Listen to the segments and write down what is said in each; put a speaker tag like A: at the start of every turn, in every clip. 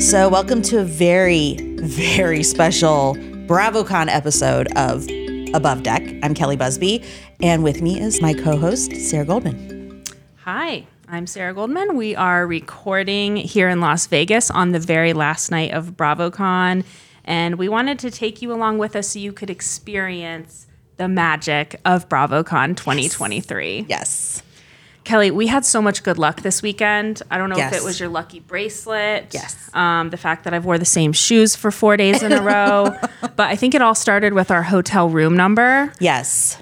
A: So, welcome to a very, very special BravoCon episode of Above Deck. I'm Kelly Busby, and with me is my co host, Sarah Goldman.
B: Hi, I'm Sarah Goldman. We are recording here in Las Vegas on the very last night of BravoCon, and we wanted to take you along with us so you could experience the magic of BravoCon 2023.
A: Yes.
B: Kelly, we had so much good luck this weekend. I don't know if
A: Yes.
B: it was your lucky bracelet.
A: Yes.
B: Um, the fact that I've wore the same shoes for four days in a row. but I think it all started with our hotel room number,
A: Yes.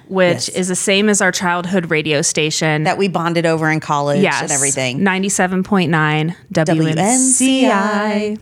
A: Yes.
B: which is the same as our childhood radio station.
A: that we bonded over in college and everything.
B: 97.9 WNCI.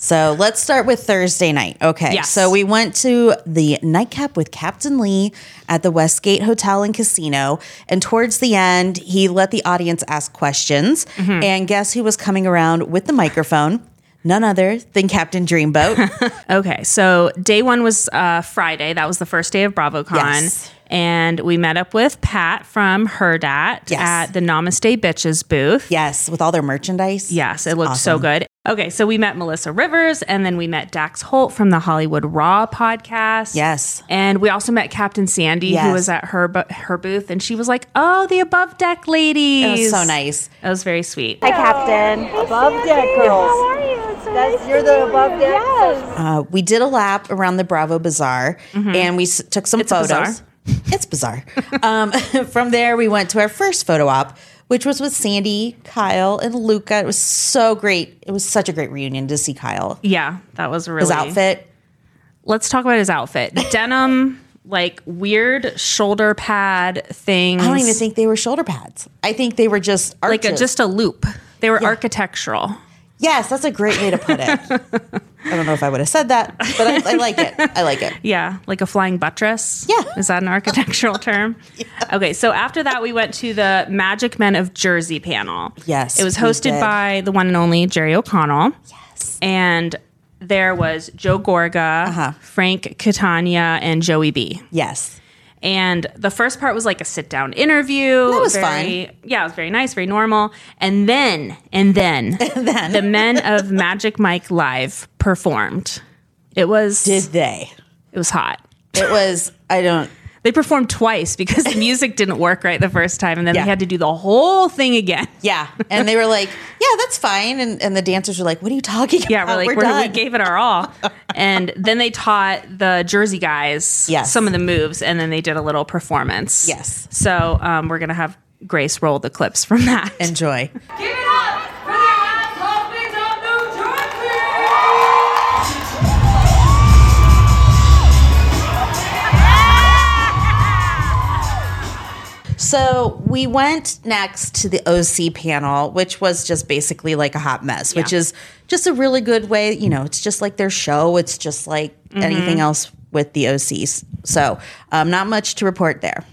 A: So, let's start with Thursday night. Okay.
B: Yes.
A: So, we went to the nightcap with Captain Lee at the Westgate Hotel and Casino. And towards the end, he let the audience ask questions. And guess who was coming around with the microphone? None other than Captain Dreamboat.
B: Okay, so day one was uh, Friday. That was the first day of BravoCon.
A: Yes.
B: And we met up with Pat from Herdat
A: Yes.
B: at the Namaste Bitches booth.
A: Yes, with all their merchandise.
B: Yes, it looked so good. Okay, so we met Melissa Rivers and then we met Dax Holt from the Hollywood Raw podcast.
A: Yes.
B: And we also met Captain Sandy, who
A: Yes.
B: was at her bu- her booth, and she was like, "Oh, the above deck ladies."
A: It was so nice.
B: That was very sweet.
C: Hi, Captain. Above deck girls. How are you? That's, you're the above deck. Yes.
A: Uh, we did a lap around the Bravo Bazaar and we s- took some
B: Mm-hmm. a
A: photos.
B: bazaar.
A: It's bizarre. um, from there, we went to our first photo op, which was with Sandy, Kyle, and Luca. It was so great. It was such a great reunion to see Kyle.
B: Yeah, that was really
A: His outfit.
B: let's talk about his outfit. Denim, like weird shoulder pad things.
A: I don't even think they were shoulder pads. I think they were just
B: like
A: arches.
B: a, just a loop. They were architectural.
A: yes, that's a great way to put it. I don't know if I would have said that, but I, I like it. I like it.
B: Yeah, like a flying buttress.
A: Yeah.
B: Is that an architectural term? Okay, so after that, we went to the Magic Men of Jersey panel.
A: Yes,
B: It was
A: we
B: hosted
A: did.
B: by the one and only Jerry O'Connell. Yes. And there was Joe Gorga,
A: Uh-huh.
B: Frank Catania, and Joey B.
A: Yes.
B: And the first part was like a sit down interview.
A: That was
B: very, Yeah, it was very nice, very normal. And then, and then, the men of Magic Mike Live performed. It was
A: Did they?
B: it was hot.
A: It was, I don't.
B: They performed twice because the music didn't work right the first time, and then
A: Yeah.
B: they had to do the whole thing again.
A: Yeah. And they were like, yeah, that's fine. And, and the dancers were like, what are you talking about?
B: Yeah, we're like, we're- we
A: Oh, done.
B: gave it our all. And then they taught the Jersey guys
A: Yes.
B: some of the moves, and then they did a little performance.
A: Yes.
B: So um, we're going to have Grace roll the clips from that.
A: Enjoy.
D: Give it up for the ex-husbands of New Jersey!
A: So we went next to the OC panel, which was just basically like a hot mess, which is just a really good way. You know, it's just like their show, it's just like
B: Mm-hmm.
A: anything else with the OCs. So um, not much to report there.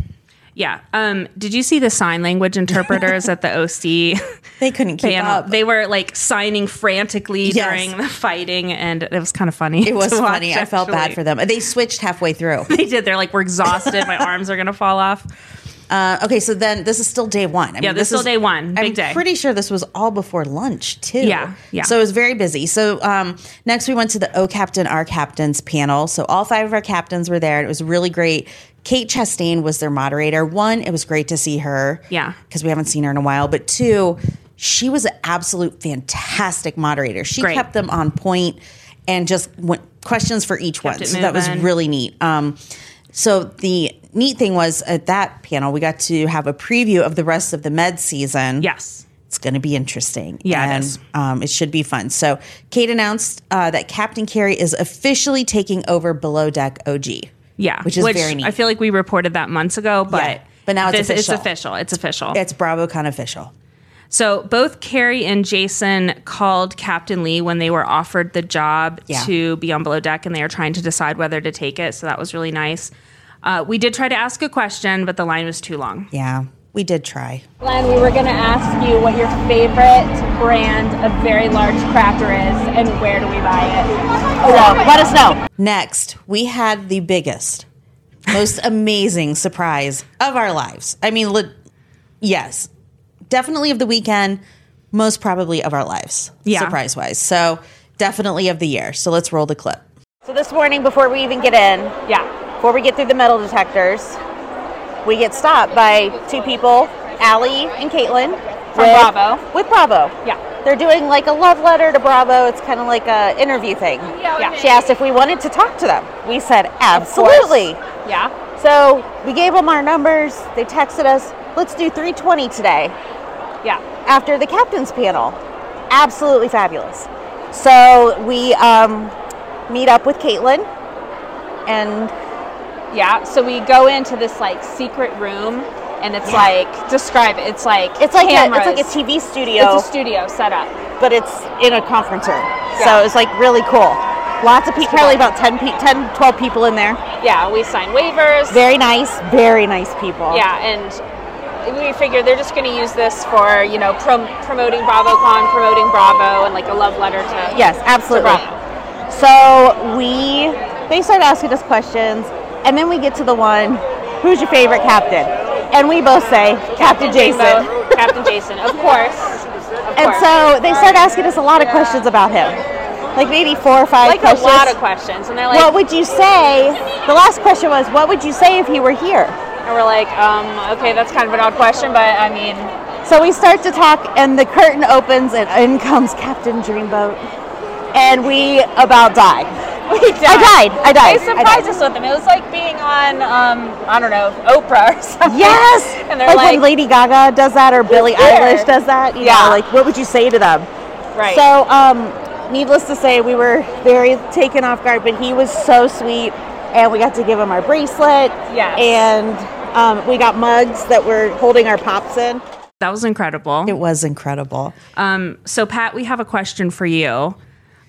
B: Yeah. Um, did you see the sign language interpreters at the OC
A: They couldn't keep
B: panel?
A: up.
B: They were like signing frantically
A: Uh, Yes.
B: during the fighting, and it was kind of funny.
A: it was
B: to watch,
A: funny. I felt bad
B: actually.
A: for them. They switched halfway through.
B: They did. They're like, we're exhausted. My arms are gonna fall off.
A: Uh, okay, so then this is still day one. I
B: Yeah, this is still day one.
A: I'm
B: Big day.
A: pretty sure this was all before lunch too.
B: Yeah, yeah.
A: So it was very busy. So um, next we went to the O Captain, Our Captains panel. So all five of our captains were there, and it was really great. Kate Chastain was their moderator. One, it was great to see her.
B: Yeah.
A: because we haven't seen her in a while. But two, She was an absolute fantastic moderator. She
B: Great.
A: kept them on point and just went questions for each one.
B: it
A: So that was
B: moving.
A: really neat. Um, so the neat thing was at that panel, we got to have a preview of the rest of the med season
B: Yes.
A: it's going to be interesting.
B: Yeah, it
A: and,
B: is.
A: Um, it should be fun. So, Kate announced uh, that Captain Carey is officially taking over Below Deck OG.
B: Yeah.
A: Which is very neat.
B: I feel like we reported that months ago, but
A: Yeah. But now it's
B: it's
A: official.
B: official. It's official.
A: It's BravoCon official.
B: So both Carrie and Jason called Captain Lee when they were offered the job
A: Yeah.
B: to be on below deck, and they were trying to decide whether to take it. So that was really nice. Uh, we did try to ask a question, but the line was too long.
A: Yeah, we did try.
E: Glenn, we were going to ask you what your favorite brand of very large cracker is and where do we buy it? Oh, well, let us know.
A: Next, we had the biggest, most amazing surprise of our lives. I mean, le- yes, definitely of the weekend, most probably of our lives,
B: Yeah.
A: surprise wise. So, definitely of the year. So, let's roll the clip.
C: So this morning, before we even get in,
E: Yeah.
C: before we get through the metal detectors, we get stopped by two people, Allie and Caitlin.
E: From
C: with-
E: Bravo.
C: With Bravo.
E: Yeah.
C: They're doing like a love letter to Bravo. It's kind of like a interview thing.
E: Yeah.
C: She asked if we wanted to talk to them. We said absolutely.
E: Yeah.
C: So we gave them our numbers. They texted us, let's do 320 today
E: Yeah.
C: after the captain's panel. Absolutely fabulous. So we um, meet up with Caitlin and
E: Yeah. So we go into this like secret room and it's like, describe it. It's like,
C: it's like a,
E: cameras.
C: it's like a TV studio,
E: It's a studio set up.
C: but it's in a conference room.
E: Yeah.
C: So it's like really cool. Lots of people, probably about 10, pe- 10, 12 people in there.
E: Yeah. We sign waivers.
C: Very nice, very nice people.
E: Yeah, and we figure they're just going to use this for you know prom- promoting BravoCon, promoting Bravo, and like a love letter to
C: Yes, absolutely. So we they start asking us questions, and then we get to the one, who's your favorite captain? And we both say Captain Jason.
E: Jason, Captain Jason, of course. Of
C: And
E: course.
C: so they start asking us a lot of questions about him, like maybe four or five
E: like a
C: questions.
E: lot of questions, and they're like,
C: what would you say? The last question was, what would you say if he were here?
E: and we're like, um, okay, that's kind of an odd question, but I mean,
C: So we start to talk, and the curtain opens, and in comes Captain Dreamboat, and we about die.
E: we died.
C: I died. I died.
E: They surprised us with them. It was like being on, um, I don't know, Oprah or something.
C: Yes,
E: and they're
C: like,
E: like,
C: when Lady Gaga does that or Billie
E: here?
C: Eilish does that. You
E: Yeah.
C: know, like what would you say to them?
E: right.
C: So, um, needless to say, we were very taken off guard, but he was so sweet, and we got to give him our bracelet.
E: Yes.
C: and um, we got mugs that we're holding our pops in.
B: That was incredible.
A: It was incredible.
B: So, Pat, we have a question for you.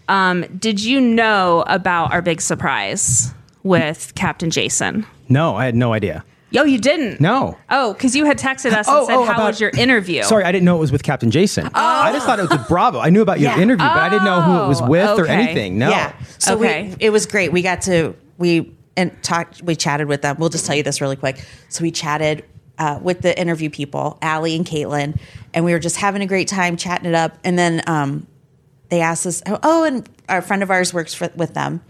B: Um, did you know about our big surprise with Captain Jason?
F: No, I had no idea.
B: Yo, you didn't.
F: No.
B: Oh, because you had texted us and
F: Oh,
B: said,
F: oh,
B: "How
F: about-
B: was your interview?" Oh.
F: Sorry, I didn't know it was with Captain Jason. I just thought it was with Bravo. I knew about your interview, but I didn't know who it was
B: Oh,
F: with or
B: okay.
F: anything. No.
A: Yeah. So
B: Okay.
A: we, it was great. We got to we and talked. We chatted with them. We'll just tell you this really quick. So we chatted uh, with the interview people, Allie and Caitlin, and we were just having a great time chatting it up. And then um, they asked us, oh, "Oh, and our friend of ours works for, with them."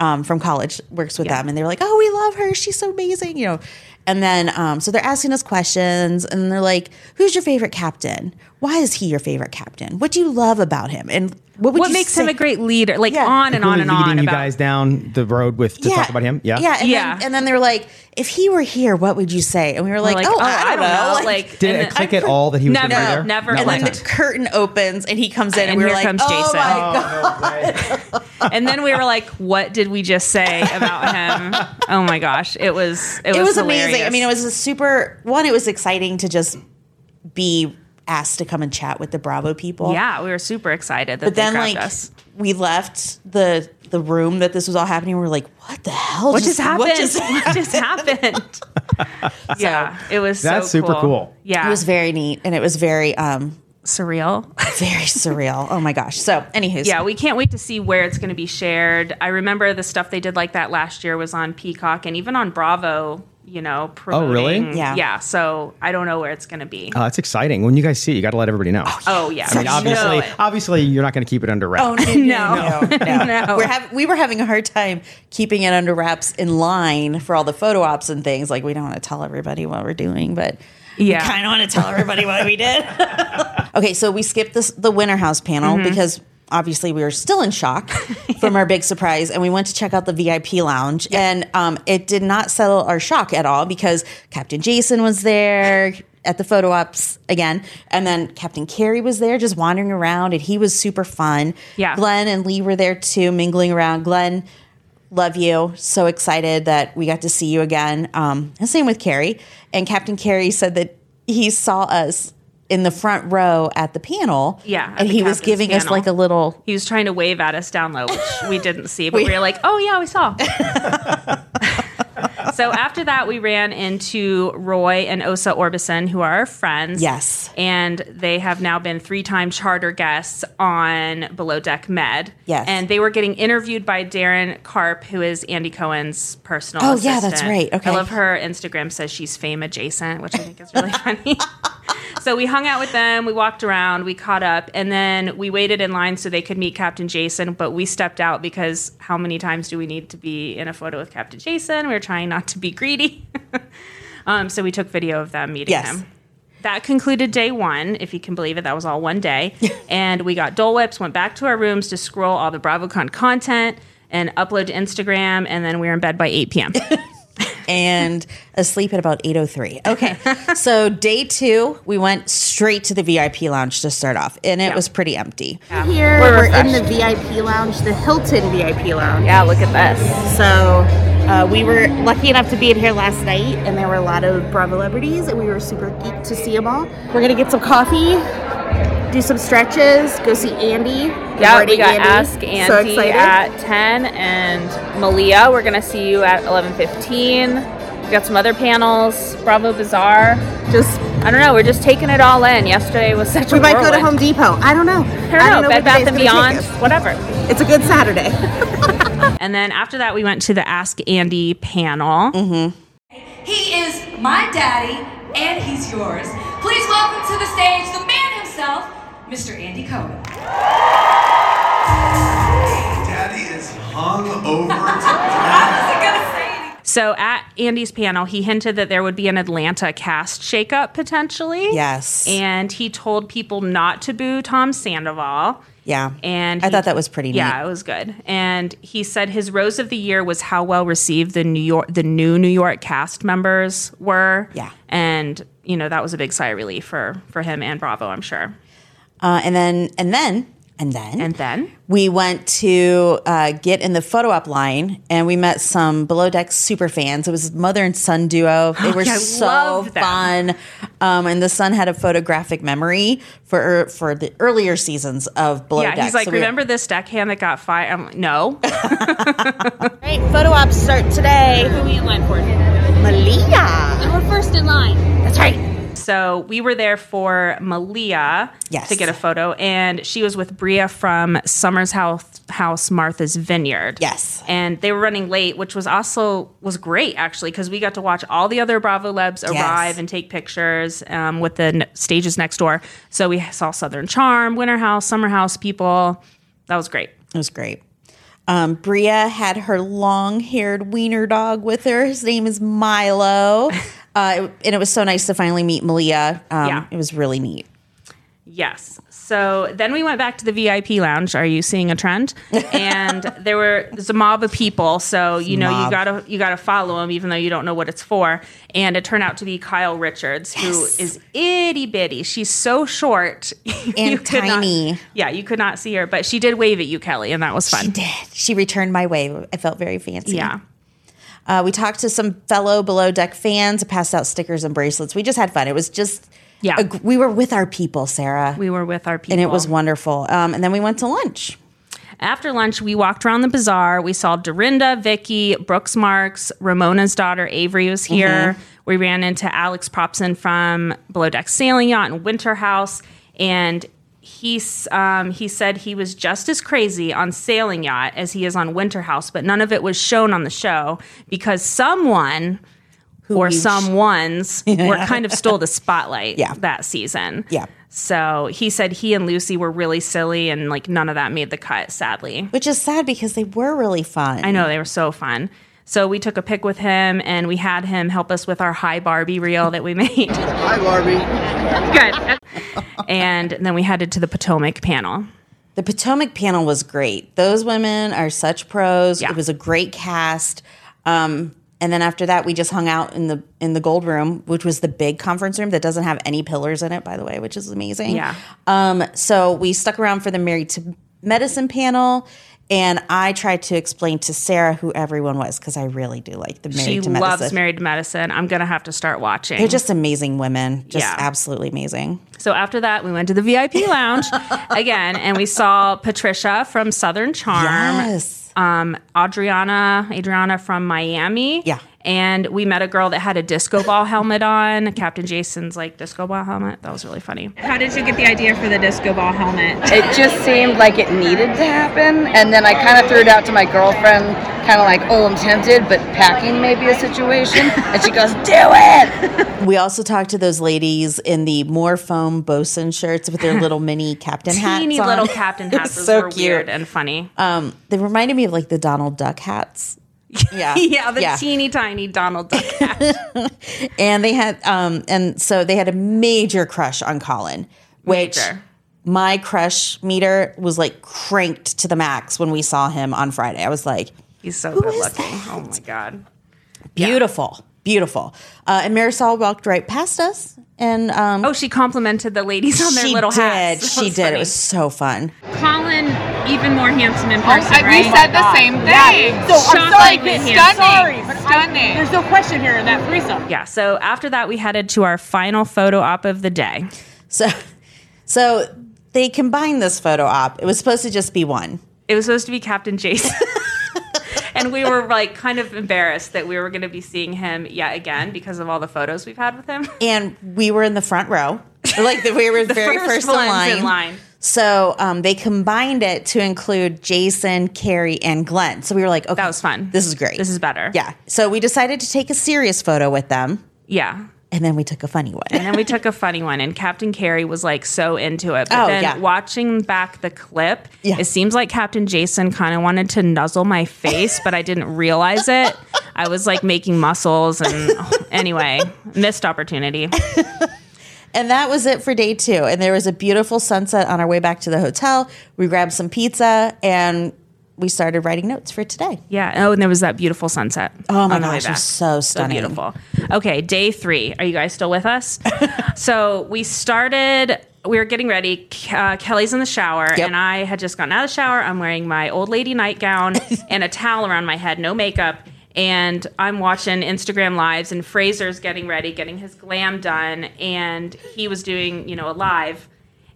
A: Um, from college works with them and they were like oh we love her she's so amazing you know and then um, so they're asking us questions and they're like who's your favorite captain why is he your favorite captain what do you love about him and what would
B: what
A: you
B: makes
A: say?
B: him a great leader? Like
A: Yeah.
B: on and on
F: Really
B: and
F: leading
B: on
F: you
B: about
F: guys down the road with to talk about him. Yeah.
A: Yeah. And,
B: Yeah.
A: Then, and then they're like, if he were here, what would you say? And we were
B: We're
A: like, oh, I, don't know. Like,
B: Like,
F: Did
B: and
F: it
B: the-
F: click at all that he was going to be
B: Never,
F: there?
B: never
F: Not
A: and
F: one
A: then
B: clicked.
F: time.
A: the curtain opens and he comes in and,
B: And
A: we were
B: here
A: like,
B: comes
A: oh
B: Jason.
A: my God.
B: and then we were like, "What did we just say about him?" oh my gosh, it was it,
A: It was, amazing.
B: hilarious.
A: I mean, it was a super, one, it was exciting to just be asked to come and chat with the Bravo people.
B: yeah, we were super excited that
A: But
B: they
A: then
B: grabbed
A: like
B: us.
A: we left the, the room that this was all happening. We are like, what the hell?
B: What just happened?
A: What just
B: What just happened? yeah, it was. so
F: That's super cool.
B: Yeah,
A: It was very neat. And it was very, um,
B: surreal.
A: very surreal. Oh my gosh. So anywho.
B: Yeah, we can't wait to see where it's going to be shared. I remember the stuff they did like that last year was on Peacock and even on Bravo. You know, promoting.
F: Oh, really?
A: Yeah.
B: yeah. So I don't know where it's going to be.
F: Oh, that's exciting. When you guys see it, you got to let everybody know.
B: oh yeah,
F: I mean, obviously, obviously, you're not going to keep it under wraps.
A: Oh no,
B: No.
A: no, no, no.
B: No.
A: We're hav- we were having a hard time keeping it under wraps in line for all the photo ops and things. Like we don't want to tell everybody what we're doing, but
B: Yeah.
A: kind of want to tell everybody what we did. okay, so we skipped this, the Winter House panel because obviously we were still in shock from our big surprise, and we went to check out the VIP lounge, and um, it did not settle our shock at all because Captain Jason was there. At the photo ops again. And then Captain Carey was there just wandering around and he was super fun.
B: Yeah.
A: Glenn and Lee were there too, mingling around. Glenn love you. So excited that we got to see you again. Um, and same with Carrie. And Captain Carrie said that he saw us in the front row at the panel.
B: Yeah, at
A: And
B: the
A: he was
B: captain's
A: giving us
B: panel.
A: like a little.
B: He was trying to wave at us down low, which we didn't see, but we, were like, oh, yeah, we saw. so after that, we ran into Roy and Osa Orbison, who are our friends.
A: Yes.
B: And they have now been three time charter guests on Below Deck Med.
A: Yes.
B: And they were getting interviewed by Darren Karp, who is Andy Cohen's personal
A: Oh, yeah, that's
B: assistant.
A: right. Okay.
B: I love her Instagram says she's fame adjacent, which I think is really funny. So we hung out with them, we walked around, we caught up, and then we waited in line so they could meet Captain Jason, but we stepped out because how many times do we need to be in a photo with Captain Jason? We were trying not to be greedy. um, so we took video of them meeting
A: Yes.
B: him. That concluded day one, if you can believe it. That was all one day. and we got Dole Whips, went back to our rooms to scroll all the BravoCon content and upload to Instagram, and then we were in bed by 8 p.m.
A: and asleep at about 8.03 okay so day two we went straight to the vip lounge to start off and it was pretty empty
C: Here we're, in the VIP lounge, the Hilton VIP lounge.
E: Yeah, look at this.
C: So uh, we were lucky enough to be in here last night, and there were a lot of Bravo celebrities, and we were super geeked to see them all. We're gonna get some coffee, do some stretches, go see Andy. Good
E: Yeah, we
C: morning,
E: got
C: Andy.
E: Ask
C: So
E: Andy
C: excited.
G: uh,
E: at 10 and Malia. We're going to see you at 11.15. We got some other panels, Bravo Bazaar.
C: Just
E: I don't know, we're just taking it all in. Yesterday was such
C: we
E: a
C: might go to
E: whirlwind.
C: Home Depot. I don't know.
E: I
B: Oh,
E: don't know,
C: where
E: Bed Bath
C: today's
E: and
C: gonna take
E: Beyond,
C: us.
E: whatever.
C: It's a good Saturday.
B: and then after that, we went to the Ask Andy panel.
D: He is my daddy and he's yours. Please welcome to the stage the man himself, Mr. Andy Cohen.
H: Daddy is hung over to death.
D: I wasn't gonna say anything.
B: So at Andy's panel, he hinted that there would be an Atlanta cast shakeup potentially.
A: yes
B: And he told people not to boo Tom Sandoval.
A: yeah
B: And
A: i
B: he-
A: thought that was pretty neat
B: Yeah, it was good. And he said his rose of the year was how well received the New York the new New York cast members were.
A: Yeah.
B: And you know, that was a big sigh of relief for for him and Bravo, I'm sure.
A: uh, and then and then and then
B: And then
A: we went to uh, get in the photo op line and we met some below deck super fans it was mother and son duo they were
B: Yeah, I
A: so
B: love them.
A: fun um, and the son had a photographic memory for er, for the earlier seasons of below
B: yeah,
A: deck
B: he's like,
A: So we were-
B: remember this deckhand that got fired? I'm like, no.
C: Right, photo ops start today.
E: Who are we in line for?
C: Malia.
E: And we're first in line.
C: That's right.
B: So we were there for Malia
A: Yes.
B: to get a photo, and she was with Bria from Summer's House, House Martha's Vineyard.
A: Yes.
B: and they were running late, which was also was great actually because we got to watch all the other Bravo Lebs arrive and take pictures um, with the n- stages next door. So we saw Southern Charm, Winter House, Summer House people. That was great.
A: It was great. Um, Bria had her long haired wiener dog with her. His name is Milo. Uh, and it was so nice to finally meet Malia. Um,
B: Yeah.
A: It was really neat.
B: Yes. So then we went back to the VIP lounge. Are you seeing a trend? And there were there's a mob of people, so you know you
A: Mob.
B: gotta you gotta follow them, even though you don't know what it's for. And it turned out to be Kyle Richards, who is itty bitty. She's so short You could not-
A: tiny.
B: yeah, you could not see her, but she did wave at you, Kelly, and that was fun.
A: She returned my wave. I felt very fancy.
B: Yeah.
A: Uh, we talked to some fellow below deck fans, passed out stickers and bracelets. We just had fun. It was just,
B: Yeah.
A: a- we were with our people, Sarah.
B: We were with our people.
A: and it was wonderful. Um, and then we went to lunch.
B: After lunch, we walked around the bazaar. We saw Dorinda, Vicky, Brooks Marks, Ramona's daughter Avery was here. We ran into Alex Propson from Below Deck Sailing Yacht and Winter House, and he's um, he said he was just as crazy on Sailing Yacht as he is on Winter House, but none of it was shown on the show because someone or someone's were kind of stole the spotlight
A: Yeah.
B: that season.
A: Yeah.
B: So he said he and Lucy were really silly and like none of that made the cut, sadly.
A: Which is sad because they were really fun.
B: I know they were so fun. So we took a pic with him and we had him help us with our high Barbie reel that we made.
G: Hi, Barbie.
E: Good.
B: and then we headed to the Potomac panel.
A: The Potomac panel was great. Those women are such pros.
B: Yeah.
A: It was a great cast. Um, and then after that, we just hung out in the in the gold room, which was the big conference room that doesn't have any pillars in it, by the way, which is amazing.
B: Yeah.
A: Um, so we stuck around for the married to medicine panel, and I tried to explain to Sarah who everyone was because I really do like the married
B: She
A: to medicine.
B: loves Married to Medicine. I'm going to have to start watching.
A: They're just amazing women. Just
B: Yeah.
A: absolutely amazing.
B: So after that, we went to the VIP lounge again, and we saw Patricia from Southern Charm,
A: Yes.
B: um, Adriana, Adriana from Miami,
A: Yeah.
B: and we met a girl that had a disco ball helmet on, Captain Jason's like disco ball helmet. That was really funny.
E: How did you get the idea for the disco ball helmet?
G: It just seemed like it needed to happen, and then I kind of threw it out to my girlfriend, kind of like, "Oh, I'm tempted, but packing may be a situation," and she goes, "Do it."
A: We also talked to those ladies in the more foam bosun shirts with their little mini captain hats.
B: Teeny
A: on.
B: little captain
A: It was
B: hats. Those
A: so
B: were
A: cute.
B: weird and funny.
A: Um, they reminded me of like the Donald Duck hats. Yeah,
B: yeah, the teeny tiny Donald Duck.
A: and they had, um, and so they had a major crush on Colin, which
B: Major.
A: my crush meter was like cranked to the max when we saw him on Friday. I was like,
B: He's so
A: Who
B: good
A: is
B: looking. Oh my god.
A: beautiful, beautiful. Uh, and Marisol walked right past us, and um,
B: Oh, she complimented the ladies on their
A: she
B: little
A: did,
B: hats. That
A: she did.
B: funny.
A: It was so fun.
E: Colin, even more handsome in person,
I: I- we
E: right?
I: said
A: Oh
I: the same thing.
E: So I'm sorry,
I: Shockingly
E: Chrissy, I'm sorry,
I: stunning.
E: but
I: stunning.
E: There's no question here in that threesome.
B: yeah. So after that, we headed to our final photo op of the day.
A: So, so they combined this photo op. It was supposed to just be one.
B: It was supposed to be Captain Jason. and we were like kind of embarrassed that we were going to be seeing him yet again because of all the photos we've had with him.
A: And we were in the front row. Like we were the very first, in,
B: ones
A: line.
B: in line.
A: So um, they combined it to include Jason, Carrie, and Glenn. So we were like, okay.
B: That was fun.
A: This is great.
B: This is better.
A: Yeah. So we decided to take a serious photo with them.
B: Yeah.
A: And then we took a funny one.
B: And then we took a funny one, and Captain Carey was like so into it. But
A: Oh,
B: then
A: yeah.
B: watching back the clip,
A: Yeah.
B: it seems like Captain Jason kind of wanted to nuzzle my face, but I didn't realize it. I was like making muscles, and anyway, missed opportunity.
A: And that was it for day two. And there was a beautiful sunset on our way back to the hotel. We grabbed some pizza and we started writing notes for today.
B: Yeah. Oh, and there was that beautiful sunset.
A: Oh my
B: on the way
A: gosh, it
B: back.
A: was so stunning.
B: beautiful. Okay, day three. Are you guys still with us? so we started. We were getting ready. Uh, Kelly's in the shower,
A: Yep.
B: and I had just gotten out of the shower. I'm wearing my old lady nightgown and a towel around my head, no makeup. And I'm watching Instagram lives, and Fraser's getting ready, getting his glam done, and he was doing, you know, a live.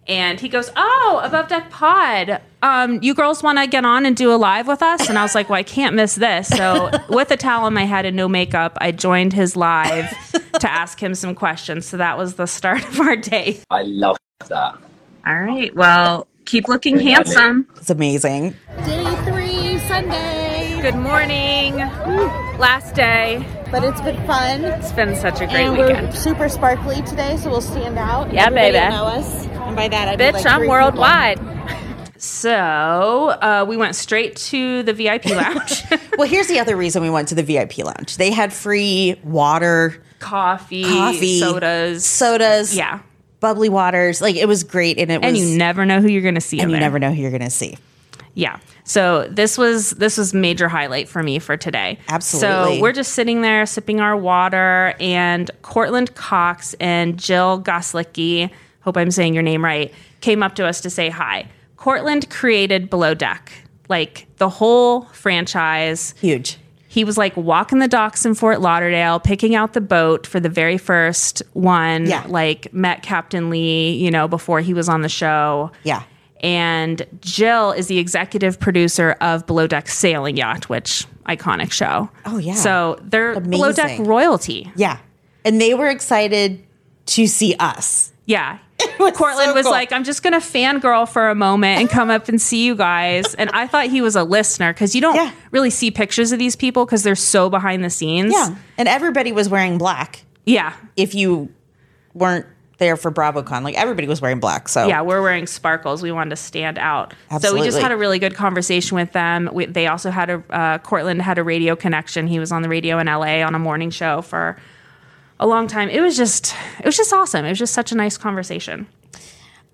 B: And he goes, "Oh, above deck pod. Um, you girls want to get on and do a live with us?" And I was like, "Well, I can't miss this." So, with a towel on my head and no makeup, I joined his live to ask him some questions. So that was the start of our day.
J: I love that.
E: All right. Well, keep looking handsome.
A: It's amazing.
C: Day three, Sunday.
B: Good morning. Last day.
C: But it's been fun.
B: It's been such a great
C: and we're
B: weekend.
C: super sparkly today, so we'll stand out.
B: Yeah,
C: Everybody
B: baby.
C: will Know us. And by that, I mean
B: Bitch,
C: like
B: I'm
C: three
B: worldwide. So uh, we went straight to the VIP lounge.
A: Well, here's the other reason we went to the VIP lounge. They had free water,
B: Coffee,
A: coffee,
B: sodas.
A: sodas,
B: yeah.
A: bubbly waters. Like it was great, and it
B: And
A: was.
B: you never know who you're going to see. in
A: and you
B: there.
A: never know who you're gonna see.
B: Yeah. So this was this was major highlight for me for today.
A: Absolutely.
B: So we're just sitting there sipping our water, and Courtland Cox and Jill Goslicki, hope I'm saying your name right, came up to us to say hi. Courtland created Below Deck, like the whole franchise.
A: Huge.
B: He was like walking the docks in Fort Lauderdale, picking out the boat for the very first one.
A: Yeah.
B: Like met Captain Lee, you know, before he was on the show.
A: Yeah.
B: And Jill is the executive producer of Below Deck Sailing Yacht, which iconic show.
A: Oh, yeah.
B: So they're Below Deck
A: Amazing.
B: royalty.
A: Yeah, and they were excited to see us.
B: Yeah. Courtland
A: so
B: was
A: cool.
B: like, I'm just gonna fangirl for a moment and come up and see you guys. And I thought he was a listener because you don't
A: Yeah.
B: really see pictures of these people because they're so behind the scenes.
A: Yeah, and everybody was wearing black.
B: Yeah.
A: If you weren't there for BravoCon. Like everybody was wearing black. So
B: Yeah, we're wearing sparkles. We wanted to stand out. So we just
A: Absolutely.
B: had a really good conversation with them. We, they also had a uh, Cortland had a radio connection. He was on the radio in LA on a morning show for a long time. It was just it was just awesome. It was just such a nice conversation.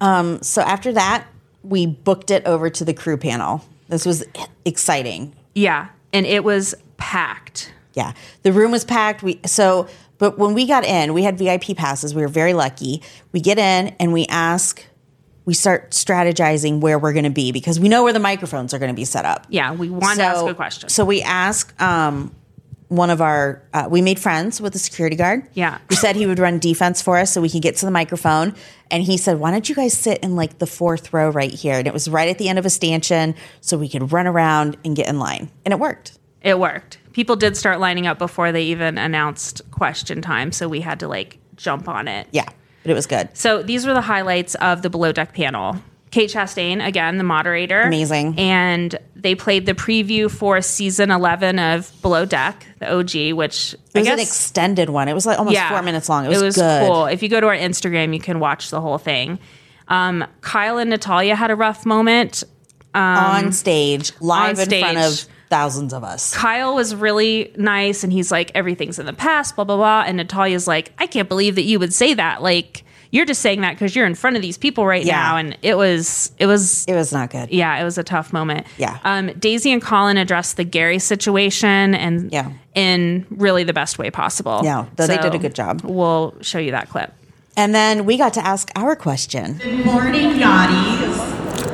A: So after that, we booked it over to the crew panel. This was exciting.
B: Yeah, and it was packed.
A: Yeah. The room was packed. We so but when we got in, we had VIP passes. We were very lucky. We get in and we ask we start strategizing where we're going to be because we know where the microphones are going to be set up.
B: Yeah, we wanted to ask a question.
A: So we asked um, one of our, uh, we made friends with the security guard.
B: Yeah.
A: We said he would run defense for us so we could get to the microphone. And he said, why don't you guys sit in like the fourth row right here? And it was right at the end of a stanchion so we could run around and get in line. And it worked.
B: It worked. People did start lining up before they even announced question time, so we had to like jump on it.
A: Yeah. But it was good.
B: So these were the highlights of the below deck panel. Kate Chastain, again, the moderator.
A: Amazing.
B: And they played the preview for season 11 of Below Deck, the OG, which
A: It
B: I
A: was
B: guess.
A: an extended one. It was like almost
B: yeah,
A: four minutes long. It was, good.
B: cool. If you go to our Instagram, you can watch the whole thing. Um, Kyle and Natalia had a rough moment.
A: on stage, live
B: Um, on
A: in front
B: stage.
A: of thousands of us.
B: Kyle was really nice and he's like, everything's in the past, blah, blah, blah. And Natalia's like, I can't believe that you would say that. Like, you're just saying that because you're in front of these people right
A: Yeah.
B: now. And it was, it was,
A: It was not good.
B: yeah, it was a tough moment.
A: Yeah.
B: Um, Daisy and Colin addressed the Gary situation and
A: Yeah.
B: in really the best way possible.
A: Yeah, though they did a good job.
B: We'll show you that clip.
A: And then we got to ask our question.
I: Morning, yachties.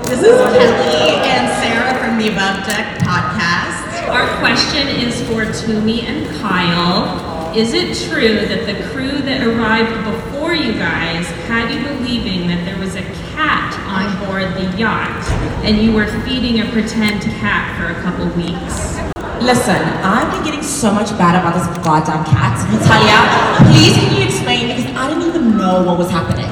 I: This is Kelly and Sarah from the Above Deck podcast.
J: Our question is for Toomey and Kyle. Is it true that the crew that arrived before you guys had you believing that there was a cat on board the yacht and you were feeding a pretend cat for a couple weeks?
I: Listen, I've been getting so much bad about this goddamn cat. Natalia, please can you explain? Because I didn't even know what was happening.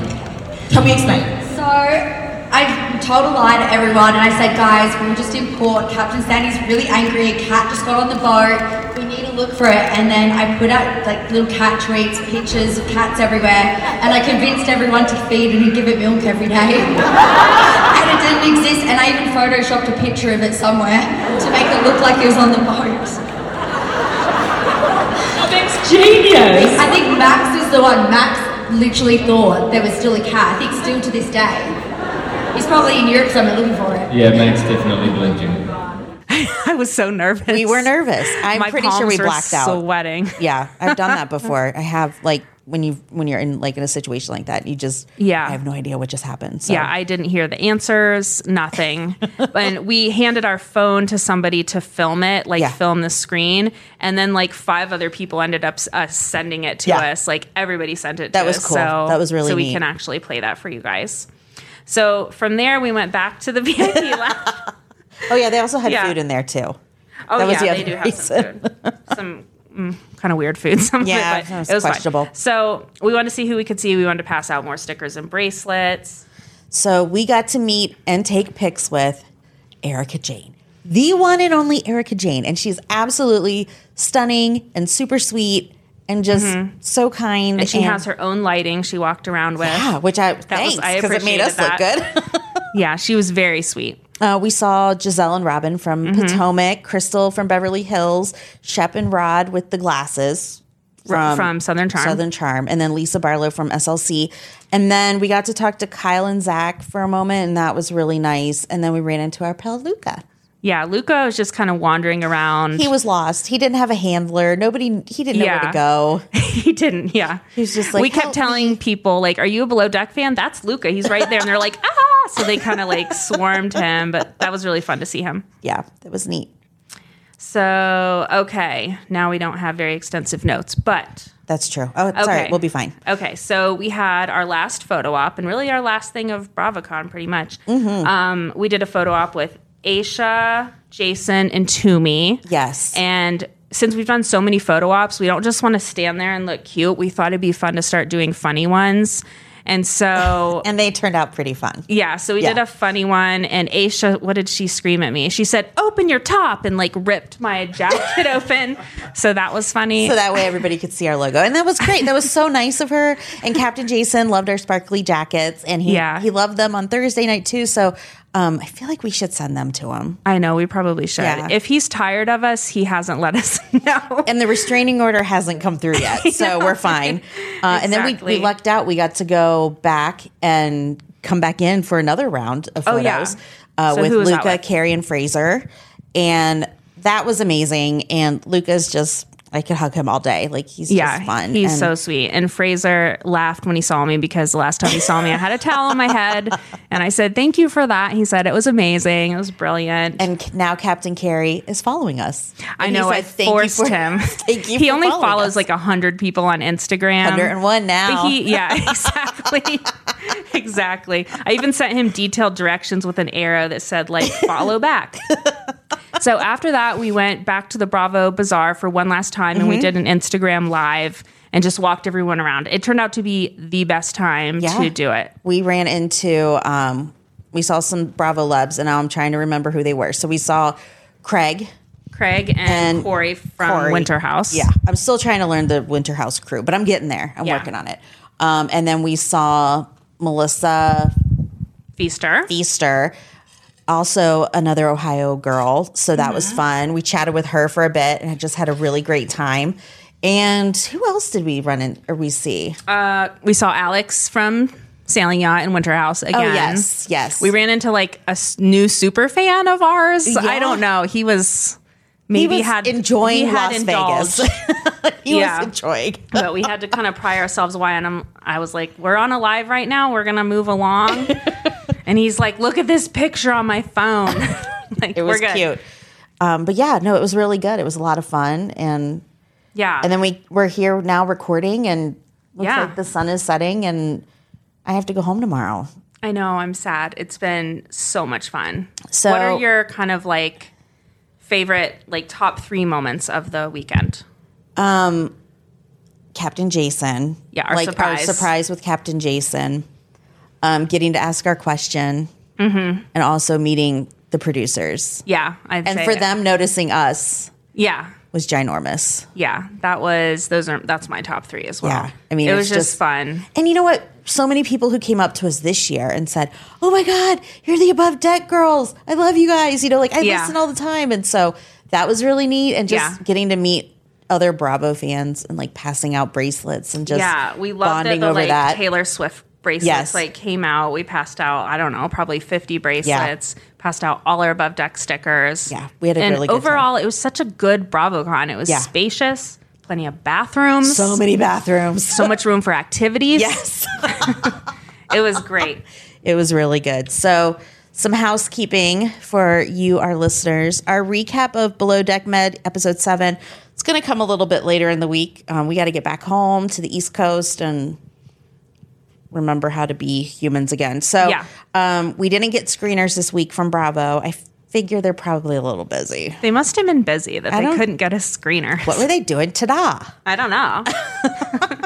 I: Can we explain?
D: So I told a lie to everyone and I said, guys, we were just in port. Captain Sandy's really angry. A cat just got on the boat. We need to look for it. And then I put out like little cat treats, pictures of cats everywhere. And I convinced everyone to feed and give it milk every day. and it didn't exist. And I even photoshopped a picture of it somewhere to make it look like it was on the boat.
J: That's genius!
D: I think Max is the one. Max literally thought there was still a cat. I think still to this day. He's probably in Europe somewhere looking for it.
K: Yeah, Max definitely blinking.
B: I was so nervous.
A: We were nervous. I'm
B: My
A: pretty sure
B: palms
A: we
B: were
A: blacked out.
B: Sweating.
A: Yeah, I've done that before. I have like when you when you're in like in a situation like that, you just
B: Yeah.
A: I have no idea what just happened. So.
B: Yeah, I didn't hear the answers, nothing. and we handed our phone to somebody to film it, like
A: Yeah.
B: film the screen. And then like five other people ended up s- us sending it to
A: Yeah.
B: us. Like everybody sent it
A: That
B: to
A: was
B: us.
A: cool.
B: So,
A: That was really
B: So we
A: neat.
B: can actually play that for you guys. So from there, we went back to the VIP lounge.
A: oh yeah, they also had
B: Yeah.
A: food in there too.
B: Oh,
A: That was the
B: yeah,
A: other
B: they do have
A: reason.
B: some food. Some kind of weird food. Some
A: Yeah,
B: of
A: that
B: it, but
A: was
B: it was fine.
A: questionable.
B: So we wanted to see who we could see. We wanted to pass out more stickers and bracelets.
A: So we got to meet and take pics with Erica Jane, the one and only Erica Jane, and she's absolutely stunning and super sweet and just so kind.
B: Mm-hmm. And she has her own lighting she walked around with.
A: yeah, which I
B: was-
A: thanks
B: I
A: because it made
B: appreciated
A: us
B: that.
A: look good.
B: Yeah, she was very sweet.
A: Uh, we saw Giselle and Robin from
B: Mm-hmm.
A: Potomac, Crystal from Beverly Hills, Shep and Rod with the glasses
B: From, Southern Charm.
A: Um, Southern Charm, and then Lisa Barlow from SLC. And then we got to talk to Kyle and Zach for a moment, and that was really nice. And then we ran into our pal Luca.
B: Yeah, Luca was just kind of wandering around.
A: He was lost. He didn't have a handler. Nobody. He didn't know
B: Yeah.
A: where to go.
B: He didn't. Yeah, he
A: was just like,
B: we kept
A: "Help
B: telling people like, "Are you a below deck fan?" That's Luca. He's right there, and they're like, "Ah!" So they kind of like swarmed him, but that was really fun to see him.
A: Yeah, that was neat.
B: So okay, now we don't have very extensive notes, but
A: That's true. Oh, it's all right.
B: Okay.
A: We'll be fine.
B: Okay, so we had our last photo op and really our last thing of BravoCon, pretty much.
A: Mm-hmm.
B: Um, we did a photo op with Aisha, Jason, and Toomey.
A: Yes.
B: And since we've done so many photo ops, we don't just want to stand there and look cute. We thought it'd be fun to start doing funny ones. And so,
A: And they turned out pretty fun.
B: yeah, so we did
A: Yeah.
B: a funny one. And Aisha, what did she scream at me? She said, Open open your top and like ripped my jacket open. So that was funny.
A: So that way everybody could see our logo. And that was great. That was so nice of her. And Captain Jason loved our sparkly jackets and he
B: Yeah.
A: he loved them on Thursday night too. So um, I feel like we should send them to him.
B: I know we probably should. If he's tired of us, he hasn't let us know.
A: And the restraining order hasn't come through yet. So we're fine. Uh, And then we,
B: Exactly.
A: we lucked out. We got to go back and come back in for another round of
B: Oh,
A: photos
B: yeah.
A: uh,
B: So
A: with
B: who was that
A: Luca,
B: with?
A: Carrie, and Fraser. And that was amazing. And Luca's just, I could hug him all day. Like he's
B: yeah,
A: just fun.
B: he's
A: And-
B: so sweet. And Fraser laughed when he saw me because the last time he saw me, I had a towel on my head, and I said thank you for that. He said it was amazing. It was brilliant.
A: And c- now Captain Carey is following us.
B: I
A: And he
B: know. I
A: said, "Thank you
B: forced
A: for-
B: him.
A: Thank you
B: he
A: for
B: only
A: following
B: follows
A: us."
B: like hundred people on Instagram.
A: 101 now.
B: But he, yeah, exactly, exactly. I even sent him detailed directions with an arrow that said like "follow back." so after that, we went back to the Bravo Bazaar for one last time, and we
A: Mhm.
B: did an Instagram live and just walked everyone around. It turned out to be the best time
A: Yeah.
B: to do it.
A: We ran into, um, we saw some Bravo Lebs, and now I'm trying to remember who they were. So we saw Craig.
B: Craig and,
A: And
B: Corey from
A: Corey.
B: Winter House.
A: Yeah, I'm still trying to learn the Winter House crew, but I'm getting there. I'm
B: Yeah.
A: working on it. Um, and then we saw Melissa
B: Feaster.
A: Feaster, also another Ohio girl. So that was
B: Mm-hmm.
A: fun. We chatted with her for a bit, and I just had a really great time. And who else did we run in or we see?
B: Uh, we saw Alex from Sailing Yacht and Winter House again.
A: Oh, yes, yes.
B: We ran into like a s- new super fan of ours. I don't know. He was maybe
A: was
B: had
A: enjoying
B: he had
A: Las Vegas.
B: indulged.
A: He was enjoying.
B: but we had to kind of pry ourselves away. And I'm, I was like, "We're on a live right now. We're gonna move along." and he's like, "Look at this picture on my phone." like
A: It was
B: we're good.
A: cute. Um, but yeah, no, it was really good. It was a lot of fun, and
B: Yeah.
A: and then we we're here now recording, and looks
B: Yeah.
A: like the sun is setting, and I have to go home tomorrow.
B: I know. I'm sad. It's been so much fun.
A: So-
B: what are your kind of like favorite, like top three moments of the weekend?
A: Um, Captain Jason,
B: Yeah, our
A: like
B: surprise.
A: our surprise with Captain Jason, um, getting to ask our question,
B: Mm-hmm.
A: and also meeting the producers,
B: Yeah, i
A: and for them noticing us
B: yeah,
A: was ginormous.
B: yeah, that was those are that's my top three as well.
A: Yeah, I mean,
B: it
A: it's
B: was just,
A: just-
B: fun.
A: And you know what? So many people who came up to us this year and said, "Oh my God, you're the above deck girls. I love you guys." You know, like I
B: Yeah.
A: listen all the time, and so that was really neat. And just
B: Yeah.
A: getting to meet other Bravo fans and like passing out bracelets and just
B: yeah, we loved that
A: bonding
B: the
A: over
B: like
A: that.
B: Taylor Swift bracelets
A: Yes.
B: like came out. We passed out, I don't know, probably fifty bracelets. Passed out all our above deck stickers. Yeah,
A: we had a
B: and
A: really good time.
B: overall it was such a good BravoCon. It was
A: Yeah.
B: spacious, plenty of bathrooms,
A: So many bathrooms,
B: so much room for activities.
A: Yes,
B: it was great.
A: It was really good. So, some housekeeping for you, our listeners. Our recap of Below Deck Med episode seven. It's going to come a little bit later in the week. Um, we got to get back home to the East Coast and remember how to be humans again. So,
B: Yeah.
A: um, we didn't get screeners this week from Bravo. I figure they're probably a little busy.
B: They must have been busy that
A: I
B: they
A: don't-
B: couldn't get a screener.
A: What were they doing? Ta-da!
B: I don't know.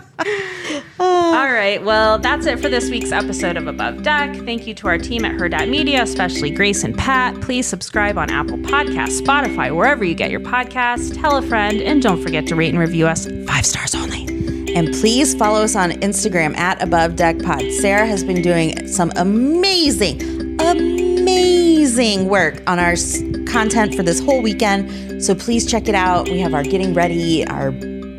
B: All right. Well, that's it for this week's episode of Above Deck. Thank you to our team at Herdat Media, especially Grace and Pat. Please subscribe on Apple Podcasts, Spotify, wherever you get your podcasts. Tell a friend, and don't forget to rate and review us five stars only.
A: And please follow us on Instagram at Above Deck Pod. Sarah has been doing some amazing, amazing work on our s- content for this whole weekend. So please check it out. We have our getting ready, our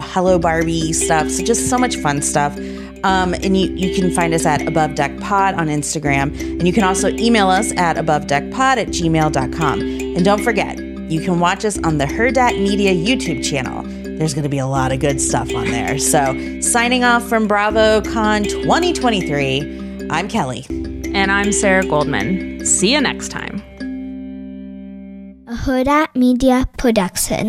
A: Hello Barbie stuff. So just so much fun stuff. Um, and you, you can find us at Above Deck Pod on Instagram. And you can also email us at abovedeckpod at gmail.com. And don't forget, you can watch us on the Herdat Media YouTube channel. There's going to be a lot of good stuff on there. So signing off from BravoCon 2023, I'm Kelly.
B: And I'm Sarah Goldman. See you next time.
L: A Huda Media Production.